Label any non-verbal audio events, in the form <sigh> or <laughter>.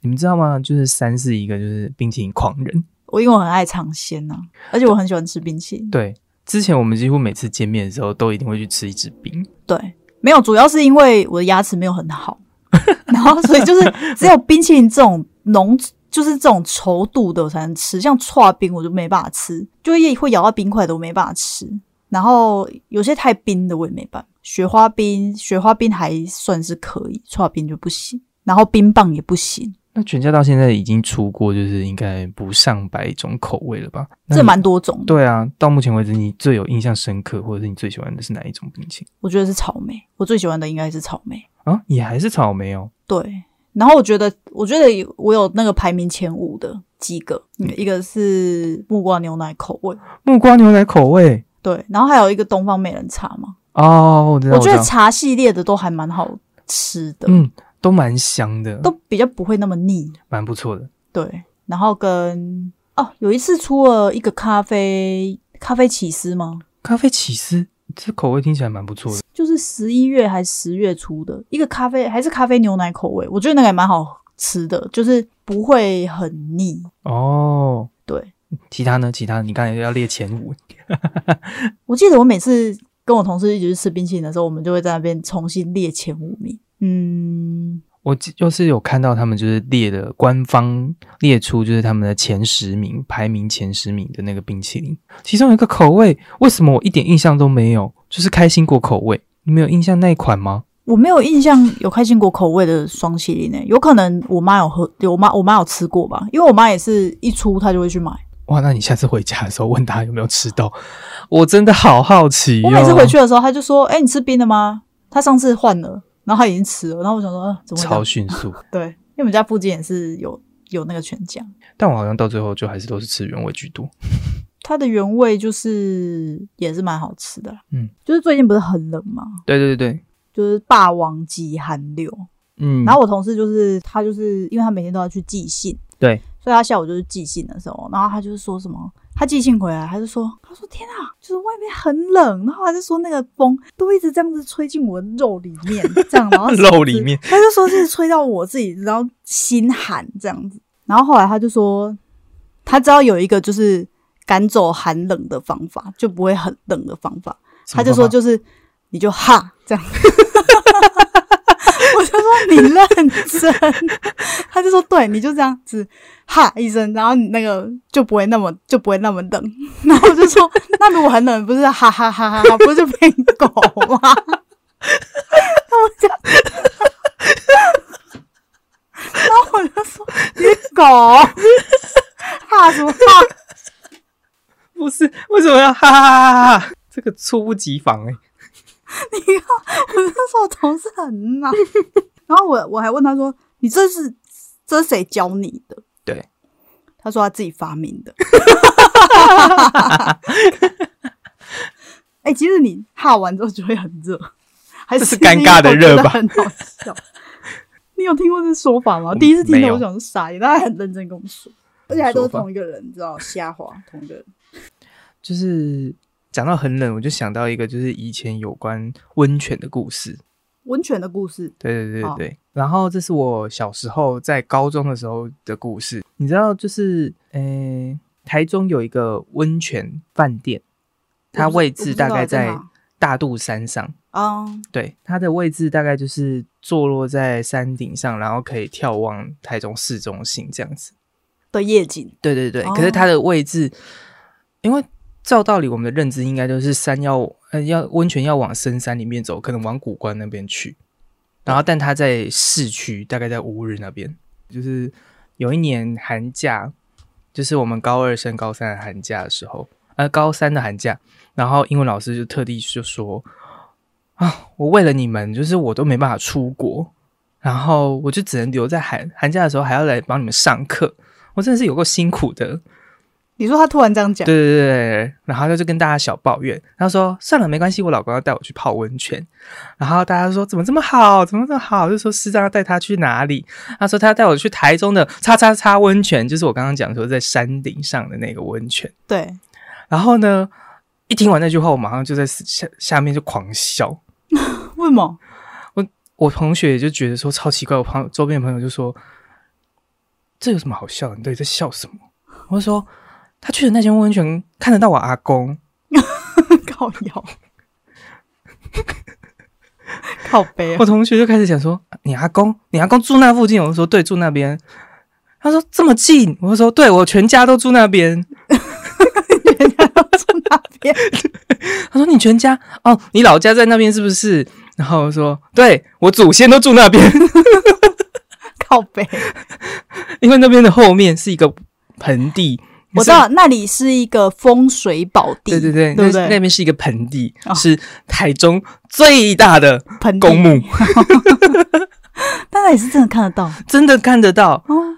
你们知道吗？就是三是一个就是冰淇淋狂人。我因为我很爱尝鲜呐，而且我很喜欢吃冰淇淋。对，之前我们几乎每次见面的时候，都一定会去吃一支冰。对，没有，主要是因为我的牙齿没有很 <laughs> 好，然后所以就是只有冰淇淋这种浓，就是这种稠度的我才能吃，像串冰我就没办法吃，就会会咬到冰块的我没办法吃，然后有些太冰的我也没办法，雪花冰雪花冰还算是可以，串冰就不行，然后冰棒也不行，那全家到现在已经出过，就是应该不上百种口味了吧？那这你蛮多种的。对啊。到目前为止，你最有印象深刻，或者是你最喜欢的是哪一种冰淇我觉得是草莓，我最喜欢的应该是草莓。淋啊？也还是草莓哦。对，然后我觉得，我觉得我有那个排名前五的几个，嗯一个是木瓜牛奶口味，木瓜牛奶口味对，然后还有一个东方美人茶嘛，哦，我知道，我觉知得道茶系列的都还蛮好吃的，嗯，都蛮香的，都都比较不会那么腻，蛮不错的。对，然后跟哦，有一次出了一个咖啡咖啡起司吗？咖啡起司这口味听起来蛮不错的。就是十一月还是十月出的一个咖啡，还是咖啡牛奶口味，我觉得那个也蛮好吃的，就是不会很腻，哦，对。其他呢？其他你刚才要列前五，我记得我每次跟我同事一起去吃冰淇淋的时候，我们就会在那边重新列前五名。嗯，我记就是有看到他们就是列的官方列出就是他们的前十名，排名前十名的那个冰淇淋，其中有一个口味，为什么我一点印象都没有？就是开心果口味，你们有印象那一款吗？我没有印象有开心果口味的双麒麟诶、有可能我妈有喝，我妈我妈有吃过吧，因为我妈也是一出她就会去买。哇，那你下次回家的时候问他有没有吃到，我真的好好奇、哦。我每次回去的时候，她就说：“哎、你吃冰了吗？”她上次换了，然后她已经吃了，然后我想说，呃、怎么会这超样？迅速，对，因为我们家附近也是有有那个全家，但我好像到最后就还是都是吃原味居多。它的原味就是也是蛮好吃的啦。嗯，就是最近不是很冷嘛，对对对对，就是霸王级寒流，嗯，然后我同事就是他就是因为他每天都要去寄信，对，所以他下午就是寄信的时候，然后他就是说什么，他寄信回来，他就说，他说天啊，就是外面很冷，然后他就说那个风都一直这样子吹进我的肉里面， <laughs> 这样，<laughs> 然后肉里面，他就说是吹到我自己，然后心寒这样子，然后后来他就说，他知道有一个就是赶走寒冷的方法，就不会很冷的方法，他就说什么就是你就哈这样。 <laughs> 我就说你认真， <laughs> 他就说对，你就这样子哈一声，然后你那个就不会那么就不会那么冷。 <laughs> 然后我就说，那如果很冷，不是哈哈哈哈哈，不是就变狗吗？ <laughs> 然后我就，然后我就说你是狗，哈什么哈？不是为什么要哈哈哈哈哈？这个猝不及防哎、我 <laughs> 那时候同事 <laughs> 很恼，然后我我还问他说：“你这是这是谁教你的？”对，他说他自己发明 <laughs> 的。哎、其实你哈完之后就会很热，还这是是尴尬的热吧因为我觉得很好笑。 <laughs> 你有听过这说法吗？第一次听没到，有我想说傻眼，他还很认真跟我们说，而且还都是说法同一个人，你知道，瞎话，同一个人。就是讲到很冷，我就想到一个就是以前有关温泉的故事。温泉的故事，对对对对哦对。然后这是我小时候在高中的时候的故事。你知道，就是诶、台中有一个温泉饭店，它我不知位置大概我在不知道大肚山上。啊、对，它的位置大概就是坐落在山顶上，然后可以眺望台中市中心这样子。的夜景，对对对，哦可是它的位置，因为照道理我们的认知应该就是山要呃要温泉要往深山里面走，可能往古关那边去，然后但它在市区，大概在乌日那边。就是有一年寒假，就是我们高二升高三的寒假的时候，呃高三的寒假，然后英文老师就特地就说啊，我为了你们，就是我都没办法出国。然后我就只能留在寒寒假的时候，还要来帮你们上课。我真的是有够辛苦的。你说他突然这样讲对，对对对，然后他就跟大家小抱怨，他说：“算了，没关系，我老公要带我去泡温泉。”然后大家说：“怎么这么好？怎么这么好？”就说师长要带他去哪里？他说他要带我去台中的叉叉叉温泉，就是我刚刚讲说在山顶上的那个温泉。对，然后呢，一听完那句话，我马上就在下下面就狂笑。为什 <laughs> 么？我同学也就觉得说超奇怪，我旁周边的朋友就说：“这有什么好笑的？你到底在笑什么？”我就说：“他去的那间温泉看得到我阿公，靠腰， <laughs> 靠背、 <laughs> 啊我，同学就开始讲说：“你阿公，你阿公住那附近？”我就说：“对，住那边。”他说：“这么近？”我就说：“对，我全家都住那边。人家都住那边，”他说：“你全家？哦，你老家在那边是不是？”然后我说：“对，我祖先都住那边， <laughs> 靠背。因为那边的后面是一个盆地。”我知道那里是一个风水宝地，对对对，对不那那对？边是一个盆地，哦是台中最大的盆地公墓，但那也是真的看得到真的看得到。哦。